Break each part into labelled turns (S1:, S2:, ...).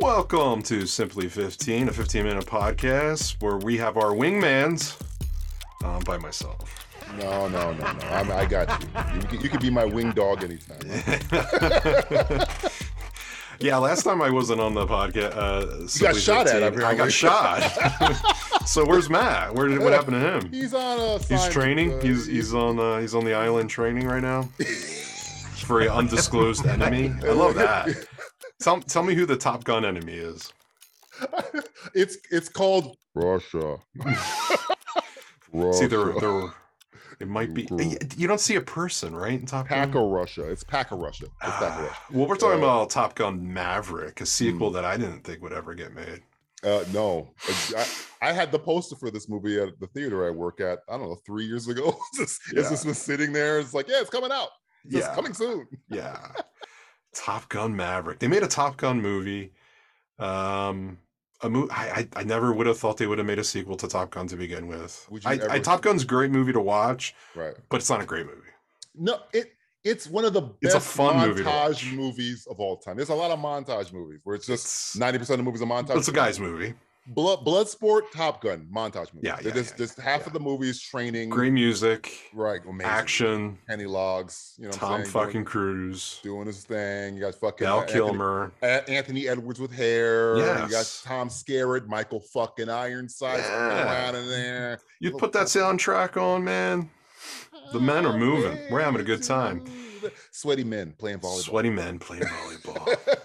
S1: Welcome to Simply 15, a 15 minute podcast where we have our wingmans. I'm by myself.
S2: No, no, no, no. I'm, I got you. You can, you can be my wing dog anytime.
S1: Yeah, last time I wasn't on the podcast. Uh, Simply
S2: shot at,
S1: 15, I
S2: apparently.
S1: got shot. so where's Matt? Where did, what happened to him?
S2: He's on a.
S1: He's
S2: assignment,
S1: training.
S2: uh,
S1: He's he's on uh, he's on the island training right now for an undisclosed enemy. I love that. Tell tell me who the Top Gun enemy is.
S2: It's it's called Russia. Russia.
S1: See, there there it might be. You don't see a person, right? In Top Gun.
S2: Pack of Russia. It's Pack of Russia. It's Pack of Russia.
S1: well, we're talking about Top Gun Maverick, a sequel
S2: Hmm.
S1: that I didn't think would ever get made.
S2: Uh, no, I, I had the poster for this movie at the theater I work at. I don't know, three years ago. it's just,
S1: Yeah.
S2: it's just been sitting there. It's like, yeah, it's coming out. It's
S1: Yeah.
S2: coming soon.
S1: Yeah. Top Gun Maverick. They made a Top Gun movie. Um a mo- I, I I never would have thought they would have made a sequel to Top Gun to begin with.
S2: Would you
S1: I, I
S2: ever-
S1: Top Gun's a great movie to watch,
S2: Right.
S1: but it's not a great movie.
S2: No, it it's one of the
S1: It's
S2: best
S1: a fun movie to
S2: montage
S1: watch.
S2: movies of all time. There's a lot of montage movies where it's just
S1: It's,
S2: ninety percent of movies are montage.
S1: it's a guy's movie.
S2: Blood, Bloodsport, Top Gun, montage movies.
S1: Yeah, yeah,
S2: There's
S1: yeah,
S2: just half
S1: yeah.
S2: of the movies training,
S1: Great music,
S2: right? Amazing.
S1: action,
S2: Penny Logs, you know, what I'm
S1: Tom
S2: saying?
S1: fucking Cruise,
S2: doing, doing his thing. You got fucking
S1: Val
S2: uh,
S1: Kilmer.
S2: Anthony, A- Anthony Edwards with hair. You got
S1: Yes.
S2: Tom Skerritt, Michael fucking Ironside fucking
S1: Yeah.
S2: around in there.
S1: You'd put that soundtrack on, man. The men are moving. We're having a good time.
S2: Sweaty men playing volleyball.
S1: Sweaty men playing volleyball.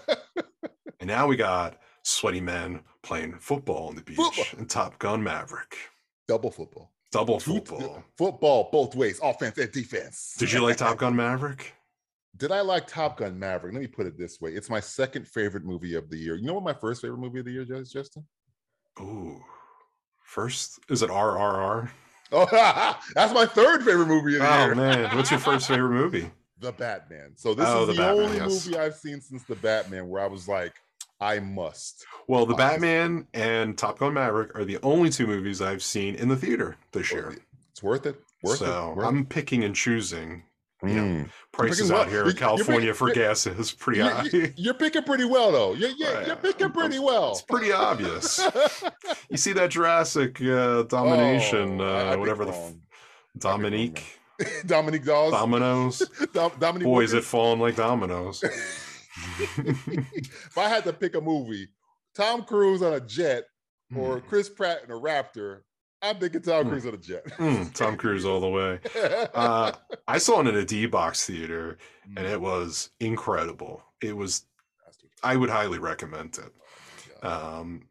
S1: And now we got sweaty men playing football on the beach
S2: Football.
S1: and Top Gun Maverick.
S2: Double football.
S1: Double
S2: Two-
S1: football.
S2: Football both ways, offense and defense.
S1: Did you like Top Gun Maverick?
S2: Did I like Top Gun Maverick? Let me put it this way: it's my second favorite movie of the year. You know what my first favorite movie of the year is, Justin?
S1: Ooh. First, is it RRR?
S2: Oh, that's my third favorite movie of the
S1: Oh
S2: year.
S1: man, what's your first favorite movie?
S2: The Batman. So this
S1: Oh,
S2: is
S1: The
S2: the,
S1: Batman,
S2: only
S1: yes.
S2: movie I've seen since The Batman where I was like, I must.
S1: Well, The
S2: Uh,
S1: Batman and Top Gun Maverick are the only two movies I've seen in the theater this year.
S2: It's worth it. Worth
S1: so
S2: it. Worth
S1: I'm Hmm. picking and choosing.
S2: it.
S1: you know,
S2: Mm.
S1: Prices
S2: picking
S1: out
S2: what?
S1: here
S2: You-
S1: in
S2: you're
S1: California
S2: picking-
S1: for gas is pretty
S2: You're,
S1: high.
S2: you're- oh. you're picking pretty well though. You're, you're,
S1: Right.
S2: you're picking pretty
S1: It's
S2: well.
S1: pretty obvious. You see that Jurassic uh, domination,
S2: Oh, I- I
S1: uh,
S2: picked
S1: whatever the f-
S2: wrong.
S1: Dominique.
S2: Dominique Dawes.
S1: dominoes.
S2: Dom- Dominique
S1: Boy, is
S2: Wilkins.
S1: it falling like dominoes.
S2: if I had to pick a movie, Tom Cruise on a jet or Chris Pratt in a Raptor, I'm thinking Tom
S1: Hmm.
S2: Cruise on a jet.
S1: Mm, Tom Cruise all the way. Uh, I saw it in a D box theater and it was incredible. It was, I would highly recommend it. Um,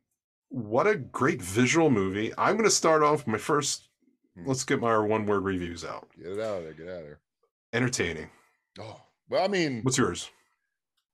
S1: what a great visual movie. I'm going to start off my first, let's get my one word reviews out.
S2: get it out of there. Get out of there.
S1: Entertaining.
S2: Oh, well, I mean,
S1: What's yours?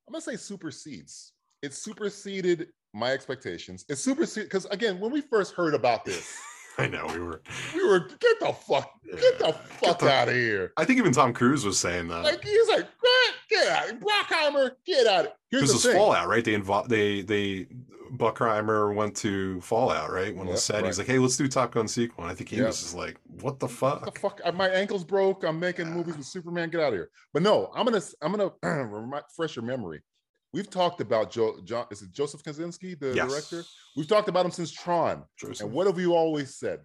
S2: I'm gonna say supersedes. It superseded my expectations. It superseded because again, when we first heard about this,
S1: I know we were,
S2: we were get the fuck, get the fuck
S1: the- Uh,
S2: out of here.
S1: I think even Tom Cruise was saying that.
S2: Like he's like, "What? get out, Brockheimer, get out. Here's
S1: Because
S2: the
S1: it's
S2: thing.
S1: Fallout, right? They involved they they Buckheimer went to Fallout, right? When it was
S2: Yep,
S1: said, he's like, "Hey, let's do Top Gun sequel." And I think he
S2: Yep.
S1: was just like, "What the fuck?"
S2: the fuck I- my ankle's broke i'm making movies with superman get out of here but no i'm gonna i'm gonna remi- refresh your memory we've talked about joe john is it joseph kaczynski the
S1: Yes.
S2: director we've talked about him since tron
S1: Joseph.
S2: and what have you always said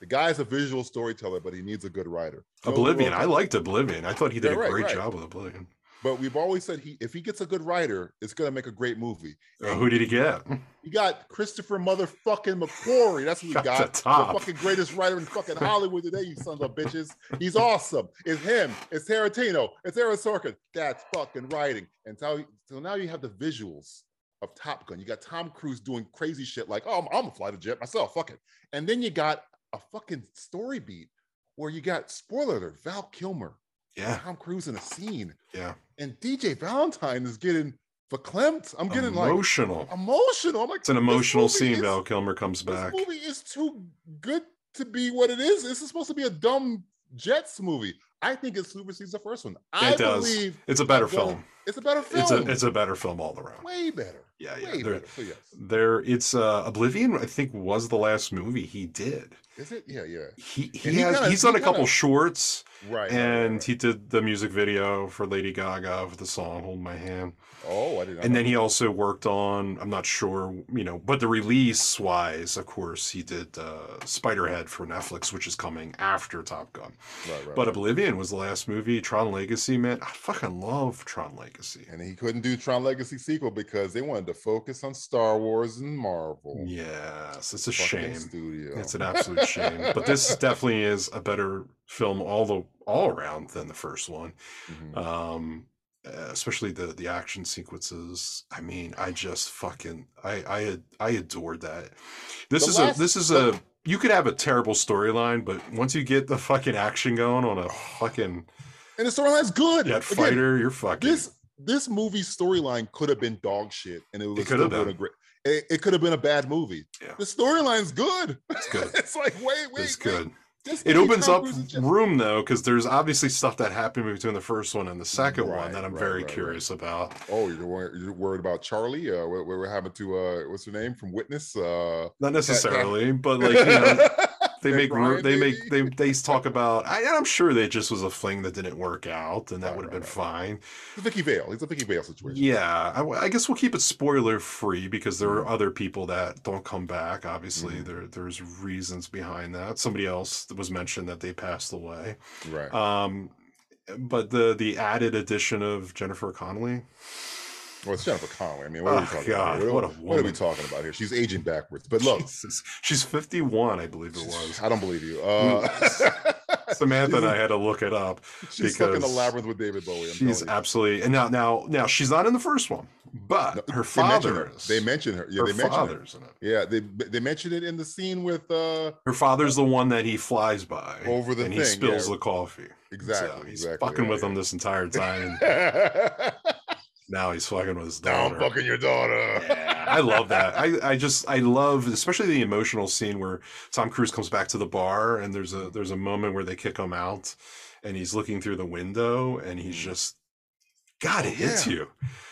S2: the guy's a visual storyteller but he needs a good writer Joe
S1: Oblivion. I
S2: Rogan-
S1: liked Oblivion. I thought he did
S2: Yeah,
S1: a
S2: right,
S1: great
S2: right.
S1: job with Oblivion.
S2: but we've always said he if he gets a good writer it's gonna make a great movie
S1: Uh, who did he get?
S2: you got christopher motherfucking mcquarrie that's what we
S1: Got the
S2: got
S1: top.
S2: the fucking greatest writer in fucking Hollywood today, you sons of bitches. He's awesome. It's him. It's Tarantino. It's Aaron Sorkin. That's fucking writing. And so, so now you have the visuals of Top Gun. You got Tom Cruise doing crazy shit like, oh, I'm, I'm gonna fly the jet myself. Fuck it. And then you got a fucking story beat where you got spoiler alert, Val Kilmer,
S1: Yeah,
S2: Tom Cruise in a scene,
S1: yeah.
S2: and DJ Valentine is getting verklempt. I'm getting
S1: emotional.
S2: like emotional. I'm like,
S1: it's an
S2: this
S1: emotional
S2: movie
S1: scene.
S2: is-
S1: Val Kilmer comes back.
S2: this movie is too good to be what it is. This is supposed to be a dumb Jets movie. I think it supersedes the first one. I
S1: does.
S2: believe
S1: It's a better
S2: Well,
S1: film.
S2: It's a better film.
S1: It's a it's a better film all around.
S2: way better.
S1: Yeah, yeah.
S2: Way
S1: There,
S2: better. So yes,
S1: there it's uh Oblivion, I think was the last movie he did.
S2: is it? Yeah, yeah.
S1: He he,
S2: he
S1: has
S2: kinda-
S1: he's
S2: he
S1: done a couple
S2: kinda-
S1: shorts
S2: Right. right, right,
S1: and
S2: right.
S1: he did the music video for Lady Gaga for the song Hold My Hand.
S2: oh, I didn't.
S1: And then he also worked on I'm not sure, you know, but the release wise, of course, he did uh Spiderhead for Netflix, which is coming after Top Gun.
S2: Right, right,
S1: But
S2: right.
S1: Oblivion was the last movie. Tron Legacy, man, I fucking love Tron Legacy.
S2: and he couldn't do Tron Legacy sequel because they wanted to focus on Star Wars and Marvel.
S1: Yes, it's a
S2: Fucking
S1: shame.
S2: Studio.
S1: It's an absolute shame. But this definitely is a better film all the all around than the first one.
S2: Mhm.
S1: Um uh, especially the the action sequences. I mean, I just fucking I I ad- I adored that. This
S2: The
S1: is
S2: last-
S1: a this is a you could have a terrible storyline, but once you get the fucking action going on a fucking
S2: and the storyline's good.
S1: jet
S2: Again,
S1: fighter, you're fucking
S2: this this movie storyline could have been dog shit, and it was
S1: could have
S2: still
S1: been.
S2: a great. It, it could have been a bad movie.
S1: Yeah.
S2: The storyline's good.
S1: it's good.
S2: it's like wait, wait,
S1: It's
S2: wait,
S1: good.
S2: this could
S1: It
S2: be
S1: opens
S2: Tom
S1: up
S2: Cruise and Jet-
S1: room though, because there's obviously stuff that happened between the first one and the second one that
S2: Right,
S1: I'm
S2: right,
S1: very
S2: right, right.
S1: curious about.
S2: Oh, you're worried, you're worried about Charlie? Uh, what, what happened to uh, what's her name from Witness? Uh,
S1: Not necessarily, but like you know, they
S2: Meg
S1: make ru
S2: Ryan,
S1: they
S2: maybe?
S1: make they they talk about. I, I'm sure that it just was a fling that didn't work out, and that
S2: Right,
S1: would have
S2: right,
S1: been fine.
S2: It's a Vicky Vale. It's a Vicky Vale situation.
S1: Yeah, I, w- I guess we'll keep it spoiler free because there
S2: Mm-hmm.
S1: are other people that don't come back. Obviously,
S2: Mhm.
S1: there there's reasons behind that. Somebody else was mentioned that they passed away.
S2: Right.
S1: Um, but the the added addition of Jennifer Connelly.
S2: well, it's Jennifer Connelly. I mean, what are we
S1: Oh,
S2: talking
S1: God,
S2: about? here?
S1: what a
S2: what are we
S1: woman.
S2: talking about here? She's aging backwards. But look,
S1: Jesus. she's 51, I believe it was.
S2: I don't believe you. Uh,
S1: Samantha and I had to look it up.
S2: she's stuck in the
S1: because
S2: labyrinth with David Bowie. I'm
S1: She's
S2: telling you.
S1: absolutely and now now now she's not in the first one, but her
S2: They mention her.
S1: father is.
S2: They mention her. Yeah,
S1: her
S2: they mention her.
S1: father's in it.
S2: Yeah, they they mentioned it in the scene with uh
S1: Her father's the one that he flies by
S2: Over the
S1: and he
S2: thing,
S1: spills
S2: yeah.
S1: the coffee.
S2: exactly.
S1: so he's
S2: exactly,
S1: fucking
S2: yeah,
S1: with him this entire time. and
S2: yeah.
S1: now he's fucking with his
S2: now
S1: daughter.
S2: I'm fucking your daughter.
S1: Yeah, I love that. I, I just I love especially the emotional scene where Tom Cruise comes back to the bar and there's a there's a moment where they kick him out and he's looking through the window and he's
S2: Mhm.
S1: just God, it hits
S2: Yeah.
S1: you.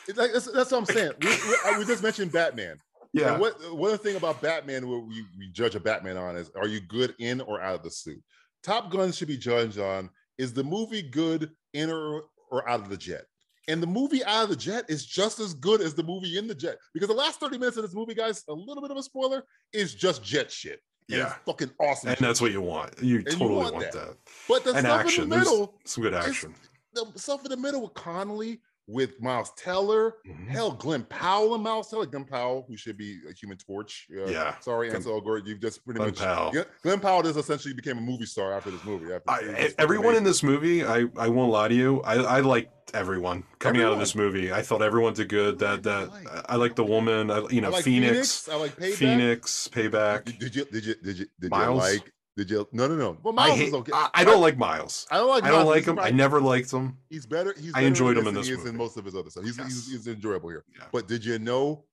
S2: It's like, that's, that's what I'm saying. We, we, I- we just mentioned Batman.
S1: Yeah.
S2: And what one thing about Batman, what we, we judge a Batman on is are you good in or out of the suit? Top Gun should be judged on is the movie good in or, or out of the jet? And the movie out of the jet is just as good as the movie in the jet because the last 30 minutes of this movie, guys, a little bit of a spoiler, is just jet shit. And
S1: yeah.
S2: It's fucking awesome.
S1: And
S2: shit.
S1: that's what you want. You
S2: you
S1: totally
S2: want
S1: want,
S2: that.
S1: that.
S2: but the
S1: and
S2: stuff in
S1: action.
S2: the
S1: There's
S2: middle,
S1: some good
S2: it's-
S1: action.
S2: the stuff in the middle with Connolly, with Miles Teller,
S1: Mhm.
S2: Hell, Glenn Powell and Miles Teller. Glenn Powell, who should be a human torch. Uh,
S1: Yeah.
S2: Sorry,
S1: Glenn-
S2: Ansel Elgort. You've just pretty
S1: Glenn
S2: much.
S1: Powell.
S2: Yeah, Glenn Powell just essentially became a movie star after this movie. After
S1: I,
S2: it was
S1: e-
S2: just
S1: everyone in
S2: amazing.
S1: this movie, I, I won't lie to you, I, I liked everyone coming out
S2: Everyone.
S1: of this movie. I thought everyone did good. That that
S2: Everyone I
S1: I,
S2: liked.
S1: I like the woman. I, you know,
S2: I like
S1: Phoenix,
S2: I like Payback.
S1: Phoenix, Payback.
S2: Did- Did you did you did you did
S1: Miles?
S2: you like did you no no no? Well,
S1: I
S2: Miles
S1: hate.
S2: is okay.
S1: I, I don't like Miles.
S2: I don't like.
S1: I don't
S2: Miles.
S1: like
S2: He's
S1: him. I
S2: right.
S1: never liked him.
S2: He's better. He's
S1: I
S2: better
S1: enjoyed him
S2: this
S1: in
S2: than
S1: this
S2: he is in
S1: movie.
S2: most of his other stuff. He's he's,
S1: Yes.
S2: he's enjoyable here.
S1: Yeah.
S2: But did you know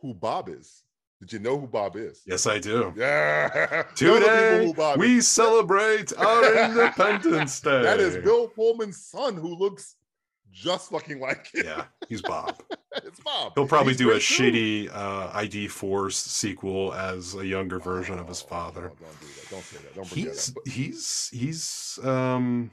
S2: who Bob is? Did you know who Bob is?
S1: Yes, I do.
S2: Yeah. Tell the people
S1: Today
S2: who Bob is.
S1: we celebrate our Independence Day.
S2: That is Bill Pullman's son, who looks just fucking like him.
S1: Yeah, he's Bob.
S2: it's Bob.
S1: He'll probably
S2: He's
S1: do a
S2: great too.
S1: shitty uh, ID Force sequel as a younger version of his
S2: Oh,
S1: father.
S2: no, don't do that. Don't say that. Don't bring
S1: He's
S2: that up.
S1: he's he's um.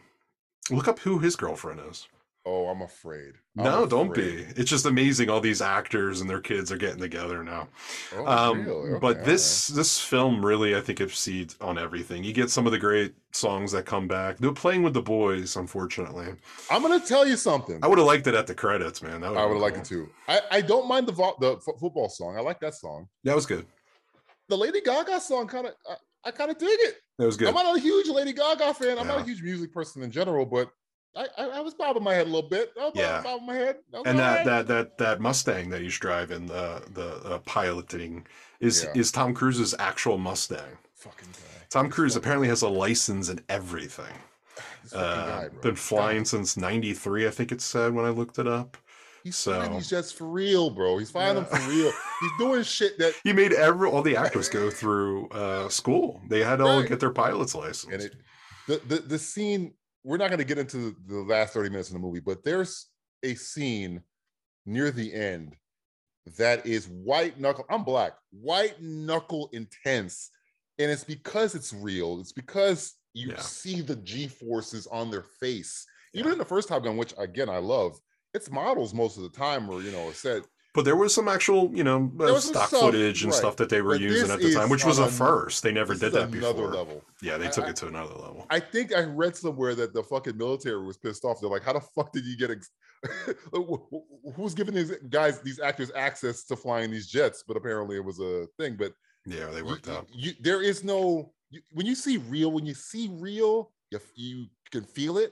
S1: Look up who his girlfriend is.
S2: Oh, I'm afraid. I'm
S1: No, don't
S2: afraid.
S1: be. It's just amazing. All these actors and their kids are getting together now.
S2: Oh,
S1: um,
S2: really?
S1: but
S2: Okay,
S1: this this film really, I think, exceeds on everything. You get some of the great songs that come back. They're playing with the boys, unfortunately.
S2: all right. I'm gonna tell you something.
S1: I would have liked it at the credits, man. That
S2: I would have liked it too. I, I don't mind the vo- the f- football song. I like that song.
S1: That was good.
S2: The Lady Gaga song kind of I, I kind of dig it.
S1: That was good.
S2: I'm not a huge Lady Gaga fan. I'm not a
S1: Yeah.
S2: huge music person in general, but I, I, I was bobbing my head a little bit. I was
S1: Yeah.
S2: bobbing my head. I was
S1: and
S2: all
S1: that
S2: right.
S1: that that that Mustang that he's driving, the the uh, piloting, is
S2: Yeah.
S1: is Tom Cruise's actual Mustang.
S2: fucking guy.
S1: Tom
S2: This
S1: Cruise
S2: fucking-
S1: apparently has a license and everything.
S2: this fucking
S1: Uh,
S2: guy, bro.
S1: been flying
S2: God,
S1: since '93, I think it said when I looked it up.
S2: He's flying
S1: so-
S2: these jets for real, bro. He's flying them
S1: Yeah.
S2: for real. He's doing shit that
S1: He made every all the actors go through uh, school. They had to all
S2: Right.
S1: get their pilot's license.
S2: and it the the, the scene we're not going to get into the, the last 30 minutes of the movie but there's a scene near the end that is white knuckle. I'm black, white knuckle intense. And it's because it's real. It's because you
S1: Yeah.
S2: see the G forces on their face.
S1: Yeah.
S2: Even in the first Top Gun, which again I love, it's models most of the time, or you know, a set.
S1: But there was some actual, you know,
S2: There
S1: uh,
S2: was some
S1: stock
S2: stuff,
S1: footage and
S2: right.
S1: stuff that they were
S2: But
S1: using
S2: this
S1: at the time,
S2: is
S1: which was a
S2: on an-
S1: first. They never
S2: this
S1: did
S2: is
S1: that
S2: another
S1: before.
S2: level.
S1: Yeah, they
S2: I-
S1: took
S2: I-
S1: it to another level.
S2: I think I read somewhere that the fucking military was pissed off. They're like, "How the fuck did you get? Ex- wh- wh- Who's giving these guys, these actors, access to flying these jets?" But apparently, it was a thing. But
S1: yeah, they
S2: you-
S1: worked
S2: you-
S1: out.
S2: You, there is no you, when you see real. When you see real, you, f- you can feel it.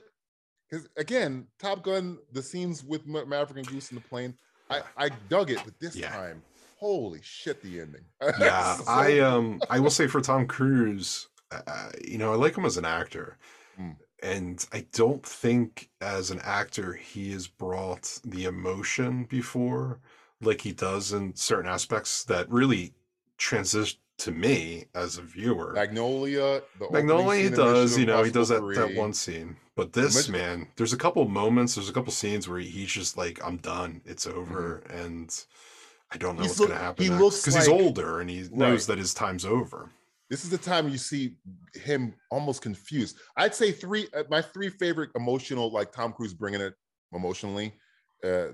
S2: Because again, Top Gun, the scenes with Ma- Maverick and Goose in the plane, I,
S1: Yeah.
S2: I dug it. But this
S1: Yeah.
S2: time, holy shit, the ending.
S1: Yeah,
S2: So-
S1: I um, I will say for Tom Cruise, uh, you know, I like him as an actor,
S2: Mm.
S1: and I don't think as an actor he has brought the emotion before like he does in certain aspects that really transition to me as a viewer.
S2: Magnolia. The opening
S1: Magnolia he
S2: scene in
S1: does,
S2: Mission
S1: you know, he does that,
S2: Impossible
S1: that
S2: 3.
S1: one scene. But this
S2: Mission-
S1: man, there's a couple moments, there's a couple scenes where he's just like, "I'm done, it's over,"
S2: Mm-hmm.
S1: and I don't know
S2: He's
S1: what's
S2: look-
S1: gonna happen.
S2: he
S1: next.
S2: looks
S1: he's
S2: like-
S1: older and he knows that his time's over.
S2: This is the time you see him almost confused. I'd say three. uh, My three favorite emotional, like Tom Cruise bringing it emotionally. Uh,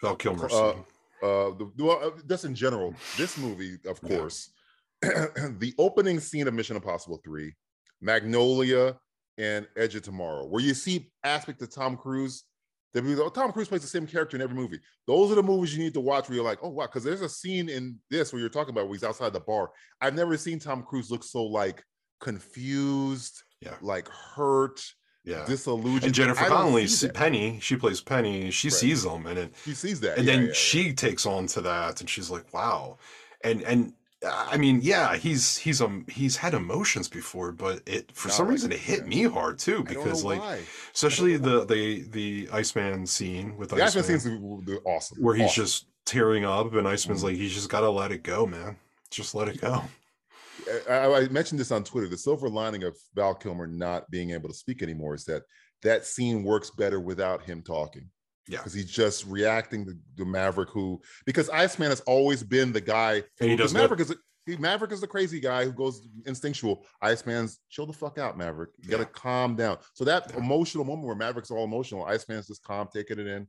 S1: Val Kilmer.
S2: Uh,
S1: scene.
S2: uh, the, well, uh, just in general, this movie, of
S1: Yeah.
S2: course, the opening scene of Mission Impossible 3, Magnolia, and Edge of Tomorrow, where you see aspect of Tom Cruise. That we, oh, Tom Cruise plays the same character in every movie. Those are the movies you need to watch where you're like, oh wow, because there's a scene in this where you're talking about where he's outside the bar. I've never seen Tom Cruise look so like confused,
S1: Yeah.
S2: like hurt,
S1: yeah.
S2: disillusioned.
S1: And Jennifer
S2: I don't
S1: Connelly,
S2: see
S1: se-
S2: that.
S1: Penny, she plays Penny. She
S2: Right.
S1: sees him, and it,
S2: She sees that,
S1: and
S2: Yeah,
S1: then
S2: yeah, yeah.
S1: she takes on to that, and she's like, "Wow," and and uh, I mean, yeah, he's he's um he's had emotions before, but it for
S2: Not
S1: some
S2: like
S1: reason it
S2: this,
S1: hit
S2: yeah.
S1: me hard too
S2: I don't know
S1: because like
S2: why.
S1: especially the the the Iceman scene with
S2: The Iceman
S1: Iceman,
S2: scenes were were awesome.
S1: where he's
S2: awesome.
S1: just tearing up, and Iceman's
S2: Mhm.
S1: like, "He's just got to let it go, man. Just let it go."
S2: I, I- I mentioned this on Twitter. The silver lining of Val Kilmer not being able to speak anymore is that that scene works better without him talking.
S1: Yeah.
S2: because he's just reacting to, to Maverick, who because Iceman has always been the guy.
S1: And he
S2: Because
S1: does
S2: Maverick is he, Maverick is the crazy guy who goes instinctual. Iceman's chill the fuck out, Maverick. You gotta
S1: Yeah.
S2: calm down. So that
S1: Yeah.
S2: emotional moment where Maverick's all emotional, Iceman's just calm, taking it in,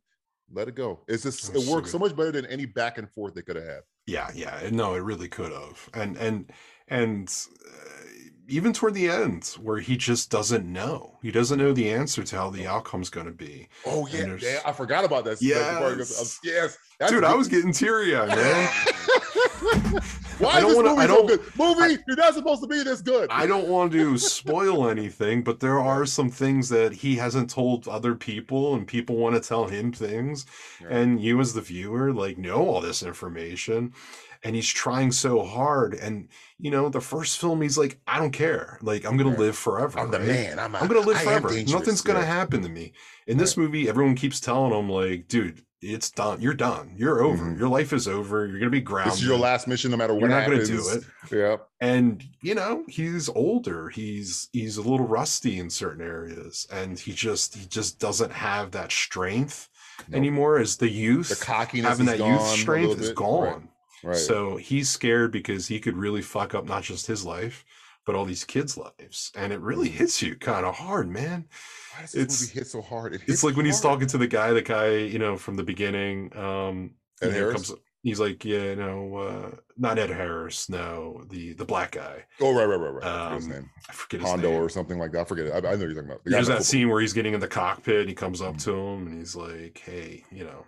S2: let it go. It's just
S1: That's
S2: it
S1: so
S2: works so
S1: good.
S2: much better than any back and forth they could have had.
S1: yeah yeah and no it really could have and and and uh, even toward the end where he just doesn't know he doesn't know the answer to how the outcome's going to be
S2: Oh
S1: And
S2: yeah,
S1: there's-
S2: yeah, I forgot about that. That's the part goes-
S1: Yes.
S2: yes, that's
S1: dude i
S2: good.
S1: was getting teary-eyed man I
S2: Why is
S1: don't
S2: this
S1: wanna-
S2: movie
S1: I
S2: so
S1: don't-
S2: good? Movie, you're not supposed to be this good.
S1: i don't want to spoil anything but there are some things that he hasn't told other people and people want to tell him things
S2: Yeah.
S1: and you as the viewer like know all this information and he's trying so hard and you know the first film he's like i don't care like i'm gonna
S2: Right.
S1: live forever
S2: I'm the
S1: right?
S2: man. I'm, a,
S1: I'm gonna live
S2: I am
S1: forever.
S2: dangerous,
S1: Nothing's gonna
S2: yeah.
S1: happen to me. In this movie, everyone keeps telling him like, dude, it's done. You're done. You're over.
S2: Mhm.
S1: Your life is over. You're gonna be grounded.
S2: This is your last mission, no matter what
S1: You're not
S2: happens.
S1: gonna do it.
S2: Yeah,
S1: And you know, he's older. He's he's a little rusty in certain areas, and he just he just doesn't have that strength
S2: Nope.
S1: anymore. As the youth,
S2: the cockiness
S1: having
S2: is
S1: that
S2: gone
S1: youth
S2: a
S1: strength
S2: little
S1: is
S2: bit.
S1: gone.
S2: Right. right.
S1: So he's scared because he could really fuck up not just his life, but all these kids' lives. And it really
S2: Mm-hmm.
S1: hits you kind of hard, man.
S2: Why does this
S1: it's-
S2: movie hit so hard? It hits
S1: It's like when he's
S2: hard.
S1: talking to the guy, the guy, you know, from the beginning. Um, you
S2: Ed
S1: know,
S2: Harris?
S1: comes- he's like, yeah, no, uh, not Ed Harris, no, the the black guy.
S2: Oh right, right, right, right. I forget his
S1: Um,
S2: name.
S1: I forget his
S2: Hondo
S1: name.
S2: or something like that. I forget it. I, I know you're talking about. The guy in
S1: There's
S2: the
S1: that
S2: football-
S1: scene where he's getting in the cockpit and he comes up to him and he's like, hey, you know,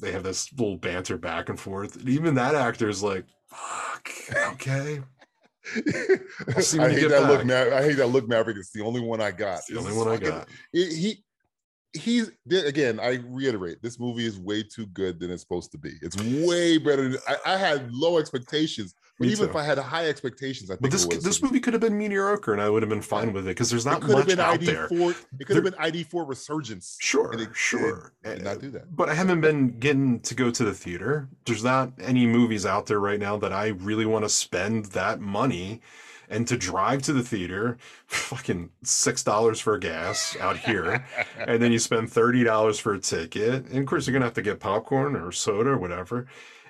S1: they have this little banter back and forth. And even that actor is like, fuck, okay. I'll see when
S2: I
S1: you
S2: hate
S1: get
S2: that look.
S1: back.
S2: Ma- I hate that look, Maverick. It's the only one I got.
S1: That's the
S2: This
S1: only
S2: is
S1: one I
S2: fucking-
S1: got.
S2: it- he he's th- again i reiterate this movie is way too good than it's supposed to be it's way better than, I, I had low expectations but
S1: Me
S2: even
S1: too.
S2: if i had high expectations i think
S1: But this
S2: it was.
S1: this movie could have been mediocre, and I would have been fine with it because there's
S2: it
S1: not
S2: could have
S1: much
S2: been
S1: out
S2: id
S1: there.
S2: four it could have
S1: There-
S2: been id four resurgence
S1: Sure,
S2: and it- it
S1: sure.
S2: did
S1: Uh,
S2: not do that
S1: But I haven't been getting to go to the theater. There's not any movies out there right now that I really want to spend that money and to drive to the theater, fucking six dollars for gas out here, and then you spend thirty dollars for a ticket, and of course you're gonna have to get popcorn or soda or whatever.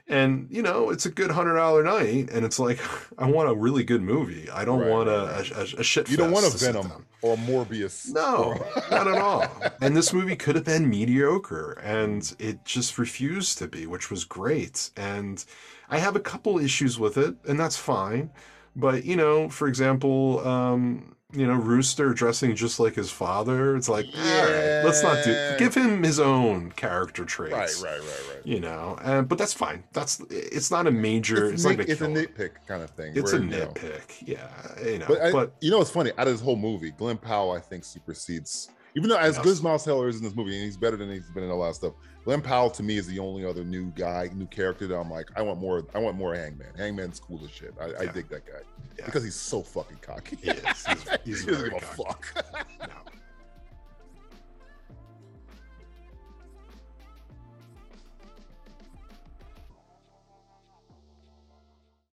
S1: And you know it's a good hundred dollar night, and it's like I want a really good movie. I don't
S2: Right,
S1: want a,
S2: right,
S1: a, a shit.
S2: You don't
S1: fest
S2: want a
S1: to sit
S2: Venom
S1: down.
S2: or Morbius.
S1: No,
S2: or-
S1: not at all. And this movie could have been mediocre, and it just refused to be, which was great. And I have a couple issues with it, and that's fine. But you know, for example, um, you know, Rooster dressing just like his father. It's like, all right, let's not do.
S2: Yeah.
S1: Give him his own character
S2: Right,
S1: traits.
S2: right, right, right.
S1: You know, uh, but that's fine. That's it's not a major. It's,
S2: It's,
S1: like
S2: nit- it's a
S1: nitpick.
S2: nitpick kind of thing.
S1: It's a
S2: where, you know,
S1: nitpick. Yeah, you know,
S2: But, I,
S1: but
S2: you know, it's funny. Out of this whole movie, Glenn Powell, I think, supersedes. Even though as
S1: Yes.
S2: good as Miles Teller is in this movie, and he's better than he's been in a lot of stuff, Glenn Powell to me is the only other new guy, new character that I'm like, I want more. I want more Hangman. Hangman's cool as shit. I, I
S1: Yeah.
S2: dig that guy
S1: Yeah.
S2: because he's so fucking cocky.
S1: he is. He's, he's
S2: he doesn't
S1: very
S2: give a
S1: cocky.
S2: fuck.
S1: No.